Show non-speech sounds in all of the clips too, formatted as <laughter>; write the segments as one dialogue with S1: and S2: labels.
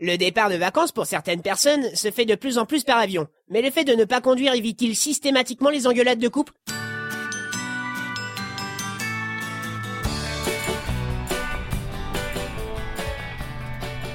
S1: Le départ de vacances pour certaines personnes se fait de plus en plus par avion. Mais le fait de ne pas conduire évite-t-il systématiquement les engueulades de couple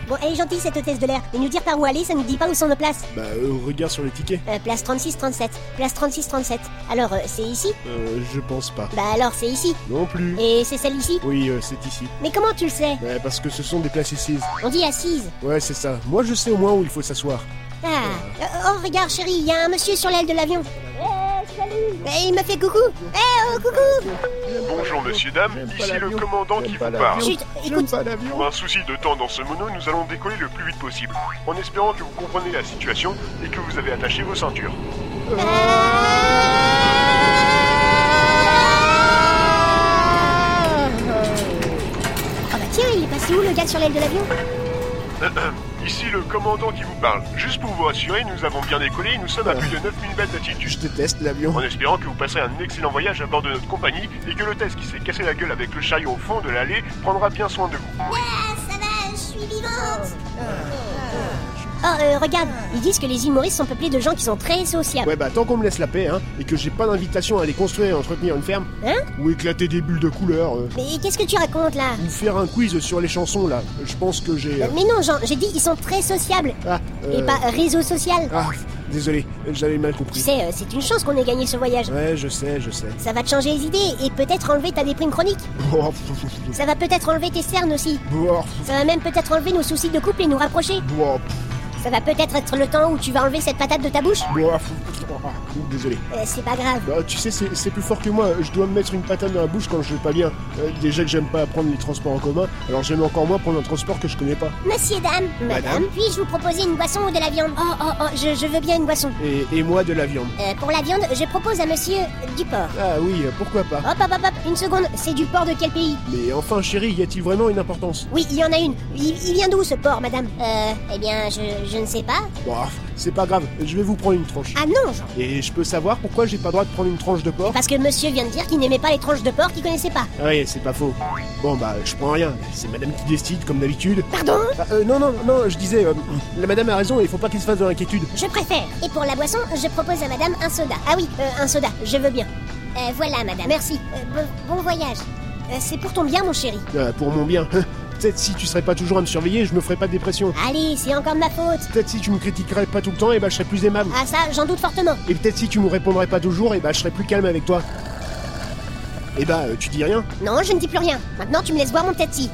S2: Bon, elle est gentille cette hôtesse de l'air, mais nous dire par où aller, ça nous dit pas où sont nos places.
S3: Bah, euh, regarde sur les tickets.
S2: Euh, place 36-37, place 36-37. Alors, euh, c'est ici
S3: Euh, je pense pas.
S2: Bah alors, c'est ici.
S3: Non plus.
S2: Et c'est celle ici
S3: Oui, euh, c'est ici.
S2: Mais comment tu le sais
S3: Ouais, parce que ce sont des places assises.
S2: On dit assise.
S3: Ouais, c'est ça. Moi, je sais au moins où il faut s'asseoir.
S2: Ah, euh, oh, regarde chérie, il y a un monsieur sur l'aile de l'avion. Eh, il me fait coucou. Eh, oh, coucou
S4: Bonjour messieurs, dames,
S3: J'aime pas
S4: ici le
S3: l'avion.
S4: commandant
S3: J'aime
S4: qui
S3: pas
S4: vous parle.
S3: l'avion.
S2: Chut,
S3: J'aime
S2: écoute,
S3: pas l'avion.
S4: Pour un souci de temps dans ce mono, nous allons décoller le plus vite possible, en espérant que vous comprenez la situation et que vous avez attaché vos ceintures.
S2: Ah. oh bah tiens, il est passé où le gars sur l'aile de l'avion
S4: <clears throat> Ici le commandant qui vous parle. Juste pour vous rassurer, nous avons bien décollé et nous sommes à plus de 9000 mètres d'altitude.
S3: Je déteste l'avion.
S4: En espérant que vous passerez un excellent voyage à bord de notre compagnie et que l'hôtesse qui s'est cassé la gueule avec le chariot au fond de l'allée prendra bien soin de vous.
S2: Ça va, je suis vivante Oh, euh, regarde, ils disent que les îles Maurice sont peuplées de gens qui sont très sociables.
S3: Ouais, bah, tant qu'on me laisse la paix, hein, et que j'ai pas d'invitation à aller construire et entretenir une ferme.
S2: Hein
S3: Ou éclater des bulles de couleur. euh,
S2: Mais qu'est-ce que tu racontes là
S3: ou faire un quiz sur les chansons, là. Je pense que j'ai. euh,
S2: Mais non, Jean, j'ai dit ils sont très sociables.
S3: Ah,
S2: Et
S3: euh,
S2: pas réseau social.
S3: Ah, désolé, j'avais mal
S2: Tu
S3: compris.
S2: sais, euh, c'est une chance qu'on ait gagné ce voyage.
S3: Ouais, je sais, je sais.
S2: Ça va te changer les idées et peut-être enlever ta déprime chronique.
S3: Oh,
S2: Ça va peut-être enlever tes cernes aussi.
S3: oh,
S2: Ça va même peut-être enlever nos soucis de couple et nous rapprocher.
S3: oh,
S2: Ça va peut-être être le temps où tu vas enlever cette patate de ta bouche.
S3: oh, Désolé.
S2: Euh, c'est pas grave.
S3: Bah, tu sais, c'est c'est plus fort que moi. Je dois me mettre une patate dans la bouche quand je vais pas bien. Euh, déjà que j'aime pas prendre les transports en commun, alors j'aime encore moins prendre un transport que je connais pas.
S2: Monsieur, dame,
S3: Madame.
S2: puis-je vous proposer une boisson ou de la viande Oh, oh, oh, je, je veux bien une boisson.
S3: Et, et moi, de la viande.
S2: Euh, pour la viande, je propose à monsieur euh, du porc.
S3: Ah oui, euh, pourquoi pas.
S2: Hop, hop, hop, hop, une seconde, c'est du porc de quel pays
S3: Mais enfin, chérie, y a-t-il vraiment une importance
S2: Oui, il y en a une. Il, il vient d'où ce porc, madame Euh, eh bien, je, je ne sais pas.
S3: Bon, c'est pas grave, je vais vous prendre une tranche.
S2: Ah non, Jean.
S3: Et je peux savoir pourquoi j'ai pas droit de prendre une tranche de porc
S2: Parce que monsieur vient de dire qu'il n'aimait pas les tranches de porc qu'il connaissait pas.
S3: Ah oui, c'est pas faux. Bon, bah, je prends rien. C'est madame qui décide, comme d'habitude.
S2: Pardon
S3: Ah, euh, non, non, non, je disais, euh, la madame a raison, il faut pas qu'il se fasse de l'inquiétude.
S2: Je préfère. Et pour la boisson, je propose à madame un soda. Ah oui, euh, un soda, je veux bien. Euh, voilà, madame. Merci. Euh, bon, bon voyage. Euh, c'est pour ton bien, mon chéri.
S3: Euh, pour mon bien. Peut-être si tu serais pas toujours à me surveiller, je me ferais pas de dépression.
S2: Allez, c'est encore de ma faute.
S3: Peut-être si tu me critiquerais pas tout le temps, et bah je serais plus aimable.
S2: Ah ça, j'en doute fortement.
S3: Et peut-être si tu me répondrais pas toujours, et bah je serais plus calme avec toi. Et bah, euh, tu dis rien
S2: Non, je ne dis plus rien. Maintenant, tu me laisses boire mon Tati.